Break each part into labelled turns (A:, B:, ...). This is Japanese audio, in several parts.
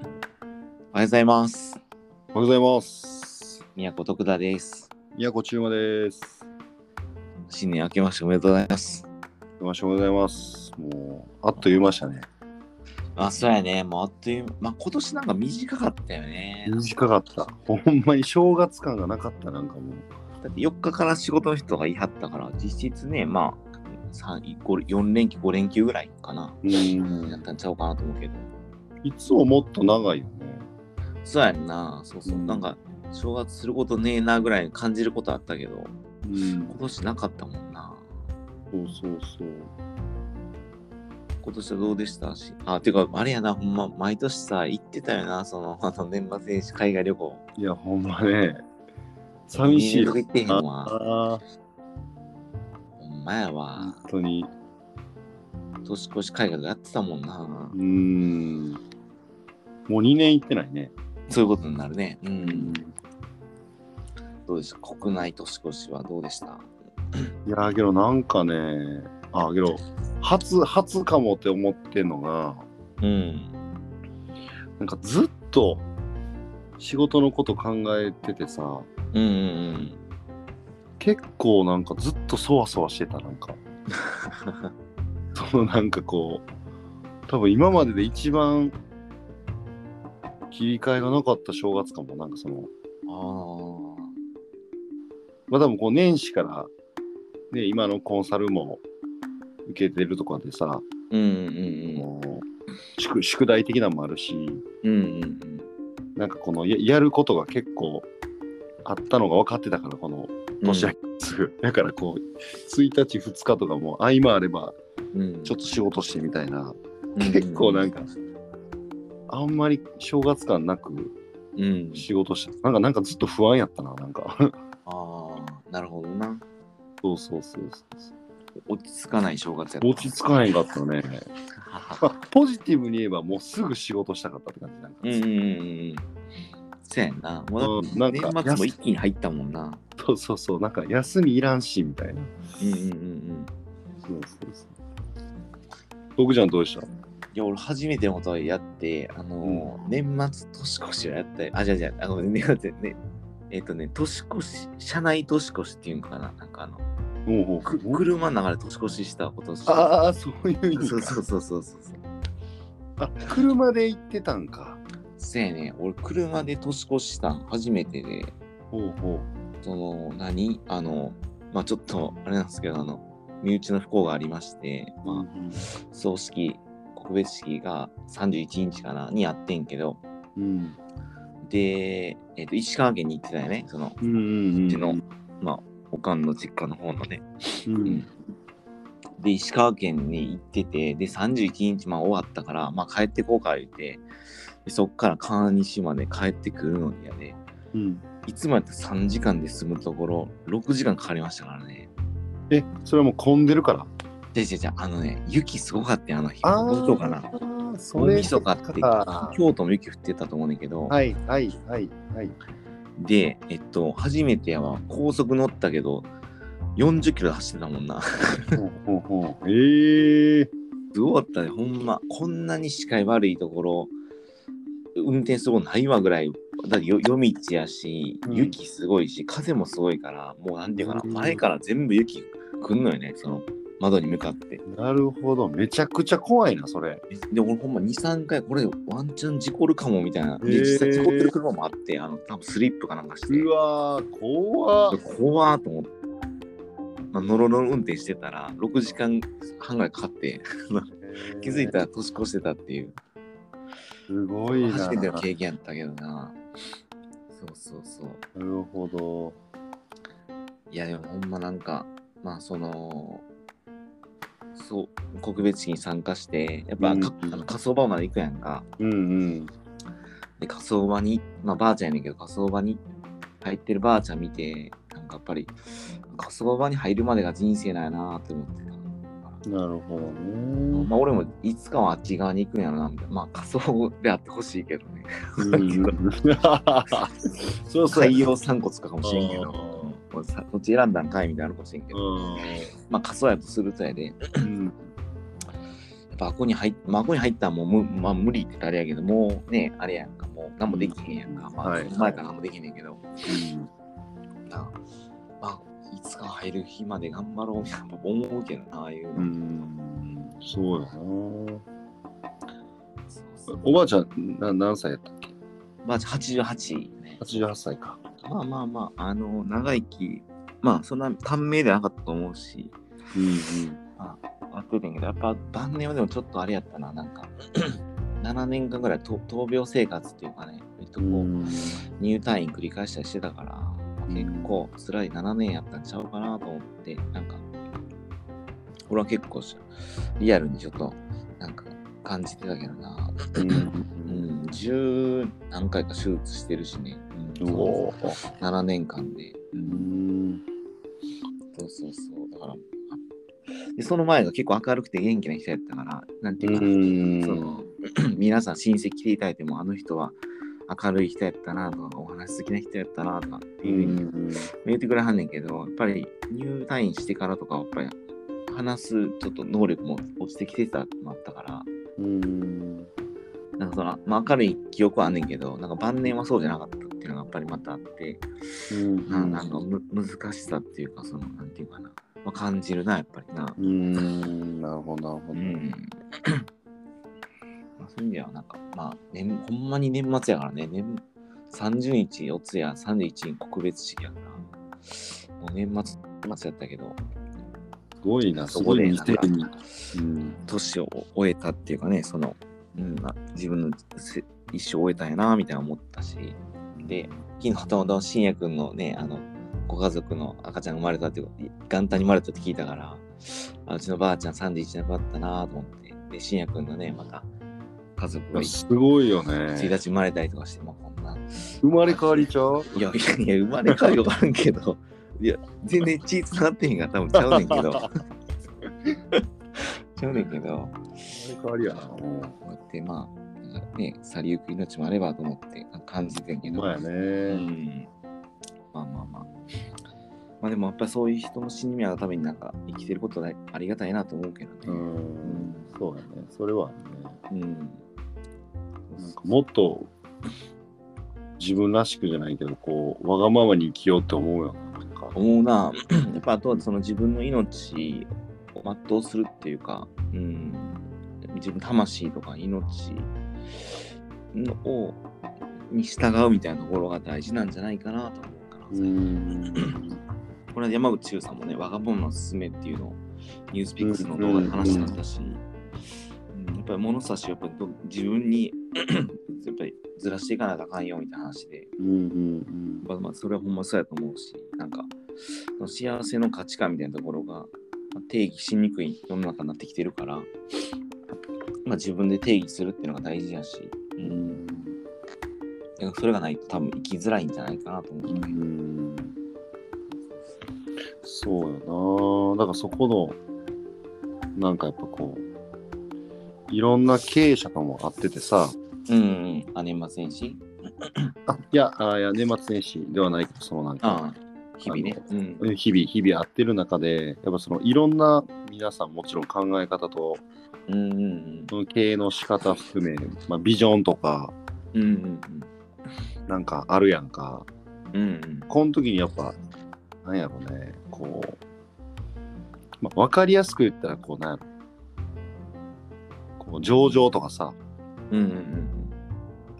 A: はようございます。
B: おはようございます。
A: 宮古徳田です。
B: 宮古中馬です。
A: 新年明けましておめでとうございます。
B: おはようございます。もう、あっという間でしたね。
A: あ、そうやね。もうあっという間、まあ、今年なんか短かったよね。
B: 短かった。ほんまに正月感がなかった、なんかもう。
A: だって4日から仕事の人が言い張ったから、実質ね、まあ、三五4連休、5連休ぐらいかな。
B: う
A: やっ
B: ん。
A: たんちゃうかなと思うけど。
B: いつももっと長いよね。
A: そうやんな。そうそう。
B: うん
A: なんか、正月することねえなぐらい感じることあったけど、
B: うん
A: 今。年なかったもんな。
B: そうそうそう。
A: 今年はどうでしたし、あ、てか、あれやな、ほんま、毎年さ、行ってたよな、その、あの、年末年始海外旅行。
B: いや、ほんまね。寂しい
A: え
B: よ
A: えとこ。行ってへんわ。
B: ああ、
A: ほんまやわ
B: 本。当に。
A: 年越し会がやってたもんな
B: う。ん。もう2年行ってないね。
A: そういうことになるね。う。
B: うん
A: どうでした国内年越しはどうでした
B: いやーけどなんかね、あーけど、初、初かもって思ってんのが、
A: うん。
B: なんかずっと仕事のこと考えててさ
A: うんうん
B: 結構なんかずっとそわそわしてたな んかそのなんかこう多分今までで一番切り替えがなかった正月かもなんかその
A: うん。あ
B: まあ多分こう年始からね今のコンサルも受けてるとかでさ、
A: あ。うんうん
B: もう宿宿題的なのもあるし
A: うん。うんうんうん。
B: なんかこのややることが結構あったのが分かってたからこの年明けすぐ、だからこう1日2日とかも合間あれば
A: うん、
B: ちょっと仕事してみたいな、
A: うんうん
B: 結構なんかあんまり正月感なく
A: うん。
B: 仕事してなんかなんかずっと不安やったななんか
A: ああ、なるほどな。
B: そうそうそうそ
A: 落ち着かない正月やった。
B: う落ち着かへんかったね、 まあ、ポジティブに言えばもうすぐ仕事したかったって感じなんか、
A: うんうんうんうん。せやんな。もう
B: うんなんか
A: 年末も一気に入ったもんな。
B: そうそうそうなんか休みいらんしみたいな
A: うんうんうんうん。
B: そうそうそう僕ちゃんどうでし
A: い
B: た
A: や、俺初めてのことをやって、あのー、年末年越しをやったり、あ、じゃじゃあ、ごめんね、待ってね。えっ、とね、年越し、社内年越しっていうんかな、なんかあの、
B: もうもう
A: く車の中で年越ししたことし
B: ああそういう意味か
A: そうそうそうそうそう。
B: あ車で行ってたんか
A: せやね、俺車で年越ししたん初めてで、
B: ほうほう
A: その、何あの、まあちょっと、あれなんですけど、あの、身内の不幸がありまして、まあ、葬式、告別式が31日かな、にやってんけど、
B: うん
A: で、えっと石川県に行ってたよねその
B: うんうんうん
A: うちの、まあおかんの実家の方のね
B: うん
A: で石川県に行っててで31日まあ終わったから、まあ、帰ってこうか言ってでそっから川西まで帰ってくるのにやね
B: うん
A: いつもやったら3時間で済むところ6時間かかりましたからね
B: えそれはもう混んでるから
A: じゃじゃじゃあのね雪すごかったよあの日
B: あ
A: どうかな
B: あそ
A: 大
B: れ
A: 晦日って
B: か
A: 京都も雪降ってたと思うねんだけど、
B: はいはいはいはい
A: でえっと初めてやわ高速乗ったけど40キロで走ってたもんな
B: ほうほうほうええ
A: すごかったね、ほんま。こんなに視界悪いところ、運転することないわぐらい、だってよ夜道やし、
B: うん
A: 雪すごいし、風もすごいから、もうなんていうかな、
B: うん
A: 前から全部雪来んのよね、その窓に向かって。
B: なるほどめちゃくちゃ怖いなそれ
A: で、俺ほんま2、3回、これワンチャン事故るかもみたいな。で、
B: へー
A: 実際事故ってる車もあって、あの、多分スリップかなんかして。
B: うわー怖っ
A: で怖ーと思って。まあ、ノロノロ運転してたら6時間半ぐらいかかって気づいたら年越してたっていう
B: すごいな
A: 初めての
B: な
A: 経験やったけどな。そうそうそう。
B: るほど
A: いや、でもほんまなんか、まあその、そう、告別式に参加して、やっぱ、
B: うん
A: かあの火葬場まで行くやんか。
B: うんうん
A: で、火葬場に、まあばあちゃんやねんけど、火葬場に入ってるばあちゃん見て、なんかやっぱり、火葬場に入るまでが人生なんやなって思ってた。
B: なるほどね
A: まあ俺もいつかはあっち側に行くんやろなみたいなまあ仮想であってほしいけど ね
B: うんそうそう
A: 採用散骨かかもしれんけど
B: あー
A: もうさこっち選んだんかいみたいなのかもしれんけど
B: うん
A: まあ仮想やとするとやで、やっバコに入っ、バコに入ったらもうむ、まあ、無理って言ったらあれやけど、もうね、あれやんか、もう何もできへんやんか。
B: うん
A: まあ、
B: はい
A: その前から何もできへんねんけど、なまあ、いつか入る日まで頑張ろうみたいな思うけどな、ああいうの。
B: うん、うん、そうやな
A: そうそう
B: おばあちゃんな何歳やったっけ
A: まあ、88、
B: 88歳か
A: まあまあまあ、あの、長生き、まあ、そんな短命ではなかったと思うし、
B: うん
A: あってたんやけど、やっぱ晩年はでもちょっとあれやったな、なんか、7年間ぐらいと闘病生活っていうかね、えっとこう、
B: うん
A: 入退院繰り返したりしてたから、結構辛い7年やったんちゃうかなと思って、なんか、俺は結構しリアルにちょっと、なんか感じてたけどな、
B: う
A: うんん、十何回か手術してるしね、うん
B: うんおー
A: 7年間で、う、
B: うんん
A: そうそうそう、だから、でその前が結構明るくて元気な人やったから、なんていうかな、その 皆さん親戚来ていただいてもあの人は明るい人やったなとかお話好きな人やったなとかっていうふうに言ってくれはんねんけど、やっぱり入退院してからとかはやっぱり話すちょっと能力も落ちてきてたのもあったから
B: うん
A: なんかその、まあ、明るい記憶はあんねんけどなんか晩年はそうじゃなかったっていうのがやっぱりまたあって、
B: うん
A: ななんかむ難しさっていうかそのなんていうかな、まあ、感じるなやっぱりな。
B: うんなるほどなるほ
A: う
B: ど
A: んまあそういう意味ではなんか、まあ年、ほんまに年末やからね、年30日四ツ谷、31日告別式やから、もう年末、年末やったけど、
B: すごいな
A: そこでなん
B: すごい
A: か
B: 店にうん
A: 年を終えたっていうかね、その、うん、まあ自分のせ一生終えたんやな、みたいな思ったし、で、昨日たまたま信也くんのね、あの、ご家族の赤ちゃんが生まれたってこと、元旦に生まれたって聞いたから、あうちのばあちゃん31亡くなったなと思って、で、信也くんのね、また、家族
B: い
A: が
B: や
A: 一
B: すごいよ
A: 1
B: ね
A: 日生まれたりとかして、まあ、こんな。
B: 生まれ変わりちゃう
A: いやいやいや、生まれ変わりわからんけど、いや、全然血つながってへんが多分ちゃうねんけ ど。ちゃうねんけど、
B: 生まれ変わりやな
A: こうやってまあ、ね、去りゆく命もあればと思って感じてんけど。
B: まあや
A: う
B: ね
A: ん。まあまあまあ。まあでもやっぱりそういう人の死に目のためになんか生きてることはありがたいなと思うけど
B: う
A: ね。
B: んそうやねそれはあるね
A: うん。
B: なんかもっと自分らしくじゃないけどこうわがままに生きようって思うよななんか
A: 思うな。 やっぱあとはその自分の命を全うするっていうか、うん、自分魂とか命のをに従うみたいなところが大事なんじゃないかなと思うから、
B: ん
A: これは山口優さんもね、わがままのすすめっていうのをニュースピックスの動画で話してましたし、うんやっぱり物差しをやっぱりど自分に やっぱりずらしていかなきゃあかんよみたいな話で、
B: うんうん
A: まあ、まあそれはほんまそうやと思うし、なんか、その幸せの価値観みたいなところが、まあ定義しにくい世の中になってきてるから、まあ、自分で定義するっていうのが大事やし、う、
B: うんん
A: なんかそれがないと多分生きづらいんじゃないかなと思う。
B: うんそうやなだからそこのなんかやっぱこういろんな経営者とも会っててさ
A: うん、うん、あ、年末年始
B: あいやあいや年末年始ではないけどそのなんか
A: ああ、日々ね。うん
B: 日々日々会ってる中でやっぱそのいろんな皆さんもちろん考え方と
A: うんうん
B: その経営の仕方含め、まあ、ビジョンとか
A: うんうん
B: なんかあるやんか
A: うんうん
B: この時にやっぱなんやろねこう、まあ、分かりやすく言ったらこうなんやろこう上場とかさ
A: うんうんうん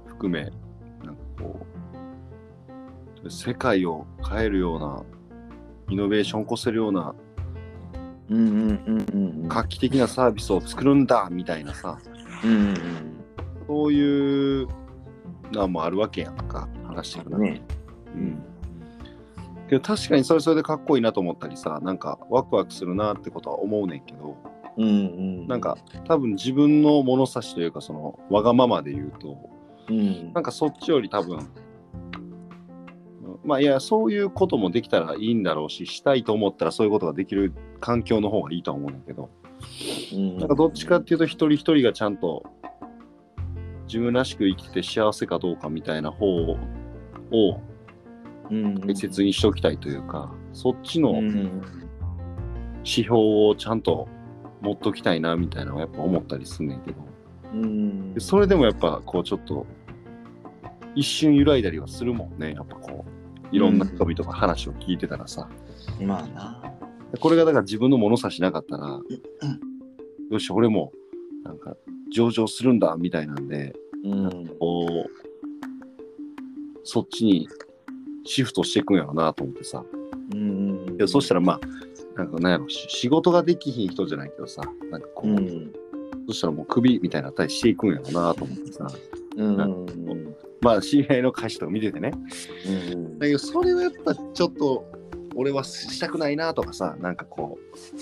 B: 含めなんかこう世界を変えるようなイノベーションを起こせるような
A: うんうんうんうんうん
B: 画期的なサービスを作るんだみたいなさ
A: うんうんうん
B: そういうのもあるわけやんか話してく
A: ね
B: う
A: うん
B: んけど確かにそれそれでかっこいいなと思ったりさなんかワクワクするなってことは思うねんけど
A: うんうん
B: なんか多分自分の物差しというかそのわがままで言うと
A: うん
B: なんかそっちより多分うんまあいやそういうこともできたらいいんだろうししたいと思ったらそういうことができる環境の方がいいとは思うんだけどなんかどっちかっていうと一人一人がちゃんと自分らしく生きて幸せかどうかみたいな方を
A: うんうん
B: 大切にしときたいというかそっちの
A: うんうん
B: 指標をちゃんと持っときたいなみたいなのはやっぱ思ったりすんねんけど
A: うん
B: でそれでもやっぱこうちょっと一瞬揺らいだりはするもんねやっぱこういろんな人々が話を聞いてたらさ、
A: まあな。
B: これがだから自分の物差しなかったらよし俺もなんか上場するんだみたいなんで
A: うん。
B: こうそっちにシフトしていくんやろうなと思ってさ
A: うん
B: でそしたらまあなんかなんやろし仕事ができひん人じゃないけどさなんかこう、
A: うん。
B: そしたらもう首みたいになったりしていくんやろうなと思ってさ
A: うん。
B: まあ知り合いの歌詞とか見ててね
A: うん
B: だけどそれはやっぱちょっと俺はしたくないなとかさなんかこう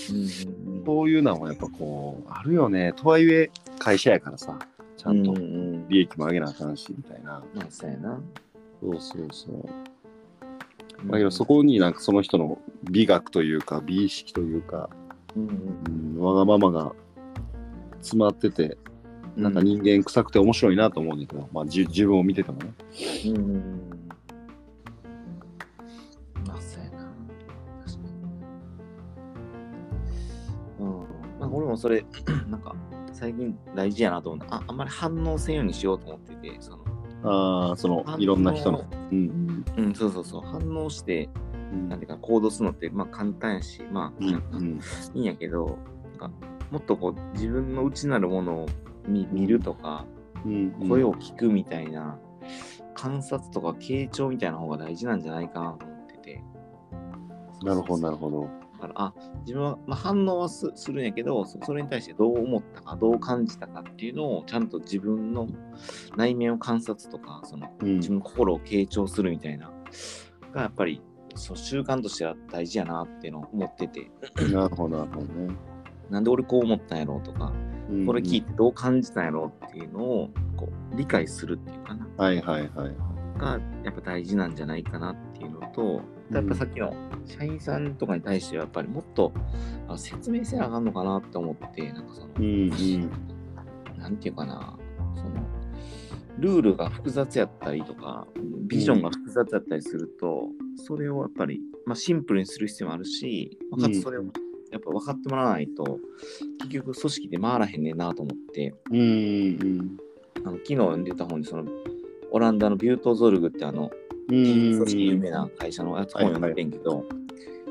B: そういうのはやっぱこうあるよねとはいえ会社やからさちゃんと
A: うん。
B: 利益も上げなあかんしみたいな、
A: まあ、そうやな。
B: そうそうそうだけどそこになんかその人の美学というか美意識というか、
A: うん。
B: うん、わがままが詰まっててなんか人間臭くて面白いなと思うんだけど、まあじ自分を見ててもね
A: うん。まあ、そうやな。確かに。うん。まあ、俺もそれ、 なんか、最近大事やなと思うああんまり反応せんようにしようと思ってて、その、
B: ああそのいろんな人の。うん
A: うん、そうそうそう、反応して、
B: うん
A: なんていうか、行動するのって、まあ、簡単やし、まあ、
B: うんうん
A: いいんやけど、なんかもっとこう自分の内なるものを見見るとか、
B: うんうん
A: 声を聞くみたいな、観察とか傾聴みたいな方が大事なんじゃないかなと思ってて。
B: なるほどなるほど。
A: だから、あ、自分は、まあ、反応はすするんやけどそ、それに対してどう思ったか、どう感じたかっていうのを、ちゃんと自分の内面を観察とか、その
B: うん
A: 自分の心を傾聴するみたいな、がやっぱりそう習慣としては大事やなっていうのを思ってて、
B: なるほどなるほどね。
A: なんで俺こう思ったんやろうとか、
B: うん
A: これ聞いてどう感じたんやろうっていうのをこう理解するっていうかな
B: はいはいはい。
A: がやっぱ大事なんじゃないかなっていうのとやっぱさっきの社員さんとかに対してはやっぱりもっとあ説明せなあかんのかなって思ってなんかその
B: うんうん
A: なんていうかなそのルールが複雑やったりとかビジョンが複雑やったりするとそれをやっぱり、まあ、シンプルにする必要もあるしまあかつそれを
B: うん
A: やっぱ分かってもらわないと結局組織で回らへんねんなと思って。
B: うんうん
A: あの昨日読んでた本にそのオランダのビュートゾルグってあの、
B: うん。
A: 組織有名な会社のやつ
B: はい
A: 本
B: はい
A: 読んでんけど、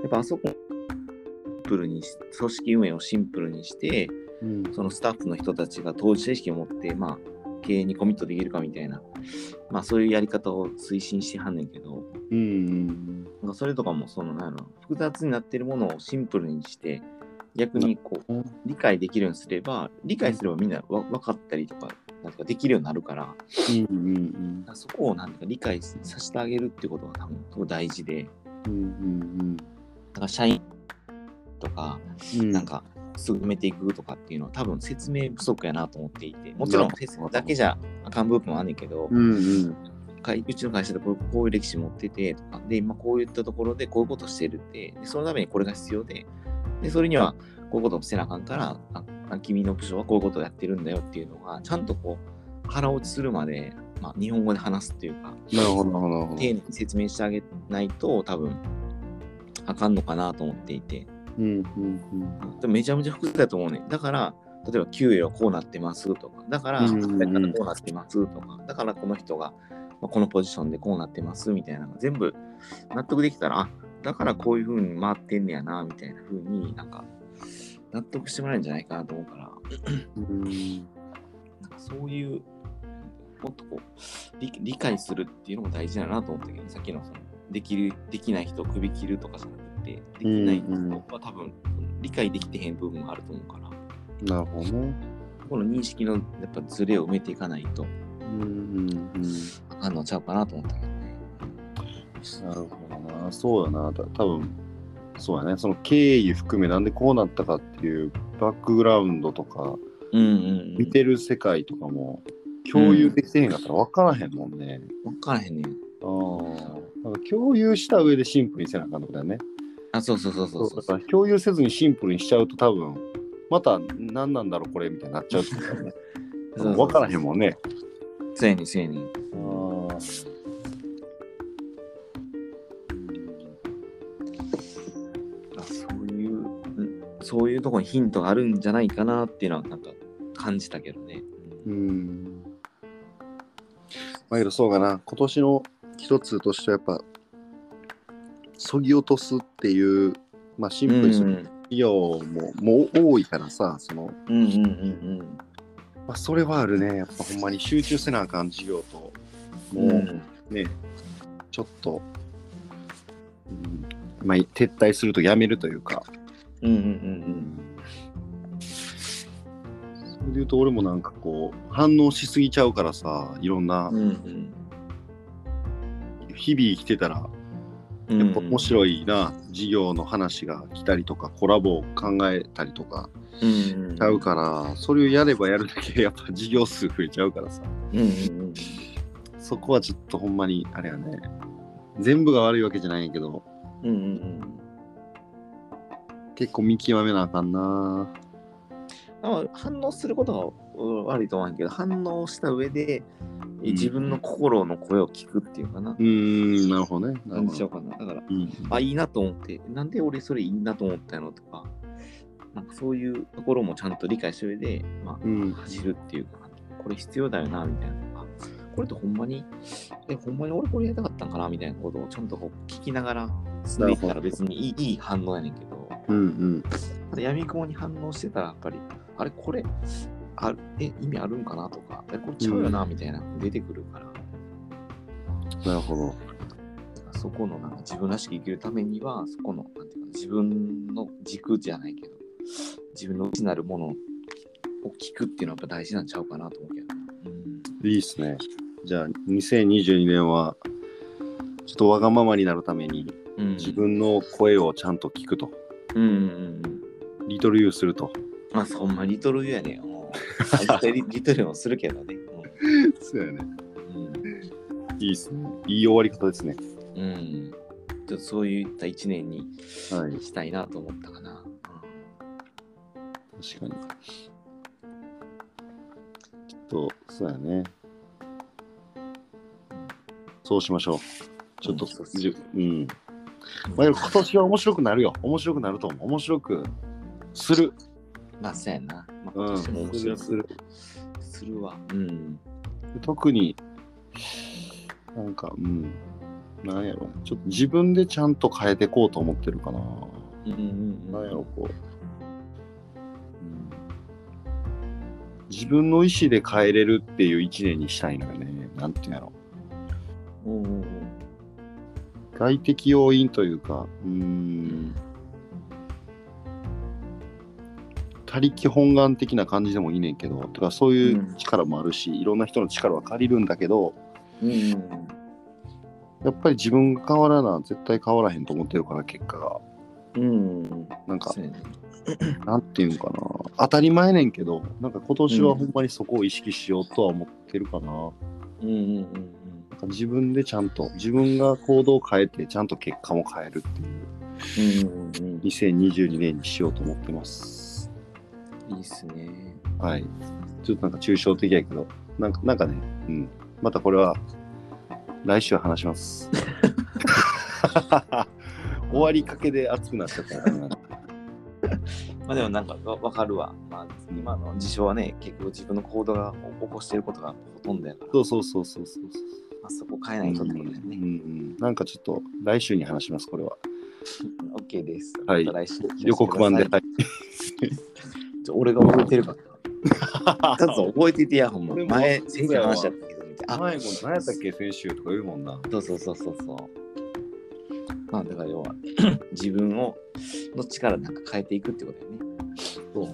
A: やっぱあそこシンプルにし組織運営をシンプルにして
B: うん。
A: そのスタッフの人たちが当事者意識を持って、まあ、経営にコミットできるかみたいな、まあ、そういうやり方を推進してはんねんけど
B: うん
A: なんかそれとかもそのなんやろ複雑になってるものをシンプルにして逆にこう
B: うん。
A: 理解できるようにすれば理解すればみんなわ分かったりとかなんかできるようになるから。
B: うんうん
A: だからそこをなんていうか理解させてあげるってことが多分すごい大事で、だ
B: うんうん
A: から社員とか、
B: うん。
A: なんか進めていくとかっていうのは多分説明不足やなと思っていて、もちろん
B: な
A: 説明だけじゃあかん部分はあんねんけど、
B: うんうん
A: かいうちの会社でこうこういう歴史持っててとか、で、今こういったところでこういうことしてるって、でそのためにこれが必要で、で、それにはこういうことをしてなあかんから、ああ君の部署はこういうことをやってるんだよっていうのが、ちゃんとこう、腹落ちするまで、まあ、日本語で話すっていうか、
B: なるほどなるほどなるほど。
A: 丁寧に説明してあげないと多分あかんのかなと思っていて
B: うんうん
A: でもめちゃめちゃ複雑だと思うねだから例えば給与はこうなってますとかだから
B: う
A: 働
B: んうんうん
A: き方こうなってますとかだからこの人がまあこのポジションでこうなってますみたいなのが全部納得できたらあだからこういう風に回ってんねやなみたいな風になんか納得してもらえるんじゃないかなと思うから
B: うん。うん
A: なんかそういう、もっとこう理、理解するっていうのも大事だなと思ったけど、さっきのそのできる、できない人を首切るとかじゃなくて、できない人
B: うんうん
A: は多分、理解できてへん部分があると思うから、
B: なるほどね。
A: この認識のやっぱズレを埋めていかないと
B: うんうんうん。
A: あかんのちゃうかなと思ったけどね。
B: なるほどな。そうやな。た多分そうやね。その経緯含めなんでこうなったかっていうバックグラウンドとか。
A: うんうん、う
B: 見
A: ん。
B: てる世界とかも共有できてへんかったら分からへんもんね。
A: 分からへんねん。
B: ああ。共有した上でシンプルにせなあかんってことだよね。
A: あ、そうそうそうそうそ
B: だ
A: う
B: から共有せずにシンプルにしちゃうと多分、また何なんだろうこれみたいになっちゃうってことだよ ね。
A: そうそうそう
B: 分からへんもんね。
A: せやねん、せやねん。
B: ああ。
A: そういう、んそういうとこにヒントがあるんじゃないかなっていうのはなんか感じたけどね。
B: うん。まあけどそうかな、今年の一つとしてはやっぱ、そぎ落とすっていう、まあシンプルにその企業も、もう多いからさ、その、
A: うんうんうん
B: まあそれはあるね、やっぱほんまに集中せなあかん事業と、
A: う
B: も
A: ん。う
B: うんね、ちょっと、うんまあ撤退するとやめるというか、
A: うんうん
B: それで言うと俺もなんかこう、反応しすぎちゃうからさ、いろんな
A: うんうん。う、ん
B: 日々生きてたら、
A: うん。
B: やっぱ面白いな、事業の話が来たりとか、コラボを考えたりとか、
A: うんうん。
B: ちゃうから、それをやればやるだけ、やっぱ事業数増えちゃうからさ、
A: うんうん
B: そこはちょっとほんまに、あれやね、全部が悪いわけじゃないんやけど、
A: うん。うんうんうん。
B: 結構見極めなあかんな。
A: あ反応することがうん悪いと思うんやけど反応した上で
B: ん
A: 自分の心の声を聞くっていうかな
B: う、ーん、なるほどね。な
A: 感
B: る
A: じ
B: ほ
A: ちゃう
B: ど。
A: かなだから
B: うん、
A: あいいなと思ってなんで俺それいいなと思ったのとかなんかそういうところもちゃんと理解した上で、ま
B: うん
A: あ、、走るっていうかこれ必要だよなみたいなあこれってほんまにえほんまに俺これやりたかったんかなみたいなことをちゃんとこう聞きながら進んでいった
B: な
A: ら
B: るほど
A: 別にいいいい反応やねんけど
B: うん、うん。
A: ただ闇雲に反応してたらやっぱりあれこれあえ意味あるんかなとかえこれちゃうよなみたいなの出てくるから、
B: なるほど。
A: そこのなんか自分らしく生きるためにはそこのなんていうかな自分の軸じゃないけど自分の内なるものを聞くっていうのはやっぱ大事なんちゃうかなと思うけど、
B: いいっすね。じゃあ、2022年は、ちょっとわがままになるために、
A: うん、
B: 自分の声をちゃんと聞くと。
A: うんうんうんうん
B: リトルユーすると。
A: まあそんなリトルユーやねもう絶 対リリトルユーもするけどね
B: そうやね。
A: うん、うん
B: いいですね。いい終わり方ですね。
A: うん。ちょっとそういった一年に
B: はい
A: したいなと思ったかな。
B: 確かに。きっと、そうやね。そうしましょう。ちょっと、
A: うんそうっす
B: じゅうん。
A: うん
B: まあ、でも今年は面白くなるよ。面白くなると思う。面白くする。
A: まあ、そうやな。まあ、今
B: うん。
A: 年も面白い
B: する。
A: するわ。うん。
B: 特に、なんか、うん。なんやろちょっと自分でちゃんと変えていこうと思ってるかな。
A: うんうん
B: なんや
A: うん
B: ろこう、自分の意思で変えれるっていう一年にしたいのよねなんていうんやろ
A: うんうんうん。
B: 外的要因というかうーん他力本願的な感じでもいいねんけどとかそういう力もあるし、いろんな人の力は借りるんだけど
A: うんうん
B: やっぱり自分が変わらな絶対変わらへんと思ってるから結果が
A: うんうん。
B: なんか
A: そうやね。
B: なんていうんかな当たり前ねんけどなんか今年はほんまにそこを意識しようとは思ってるかな、
A: うんうんうんうん。
B: なんか自分でちゃんと自分が行動を変えてちゃんと結果も変えるっていう
A: うんうん
B: 2022年にしようと思ってます
A: うん。いいっすね。
B: はいちょっとなんか抽象的やけどなんかなんかねうんまたこれは来週話します終わりかけで熱くなっちゃったな
A: まあでもなんかわわかるわ。まあ今の事象はね、結局自分の行動が起こしていることがほとんどやから、
B: そうそうそうそうそう
A: あそこ変えないとってことだよ
B: うんう
A: ね。
B: んなんかちょっと来週に話しますこれは
A: OK です。
B: はい
A: また来週
B: 予告版
A: 聞
B: では
A: か
B: い
A: せてくださいちょ俺が覚えてるかった。ち ょっと覚えててや、ほんま
B: 俺。も
A: 前、先生話しちゃったけど、みたいな。あ
B: 前も何やったっけ先週とか言うもん な
A: そうそうそうそうそう。まあ、だから要は、 自分を、の力なんか変えていくってことだよね。
B: そう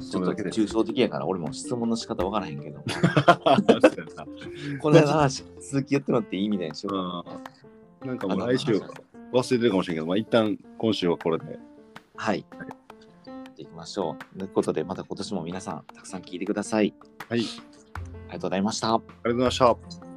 A: ちょっと抽象的やから、俺も質問の仕方わからへん けど、この間の話、続きやってもらっていいみたいにしようか
B: うんなんか
A: あ
B: も
A: の
B: う来週
A: 話
B: 忘れてるかもしれんけど、まあ、一旦今週はこれで。
A: はい。やっていきましょう。ということで、また今年も皆さん、たくさん聞いてください。
B: はい、あり
A: ありがとうございました。
B: がとうございました。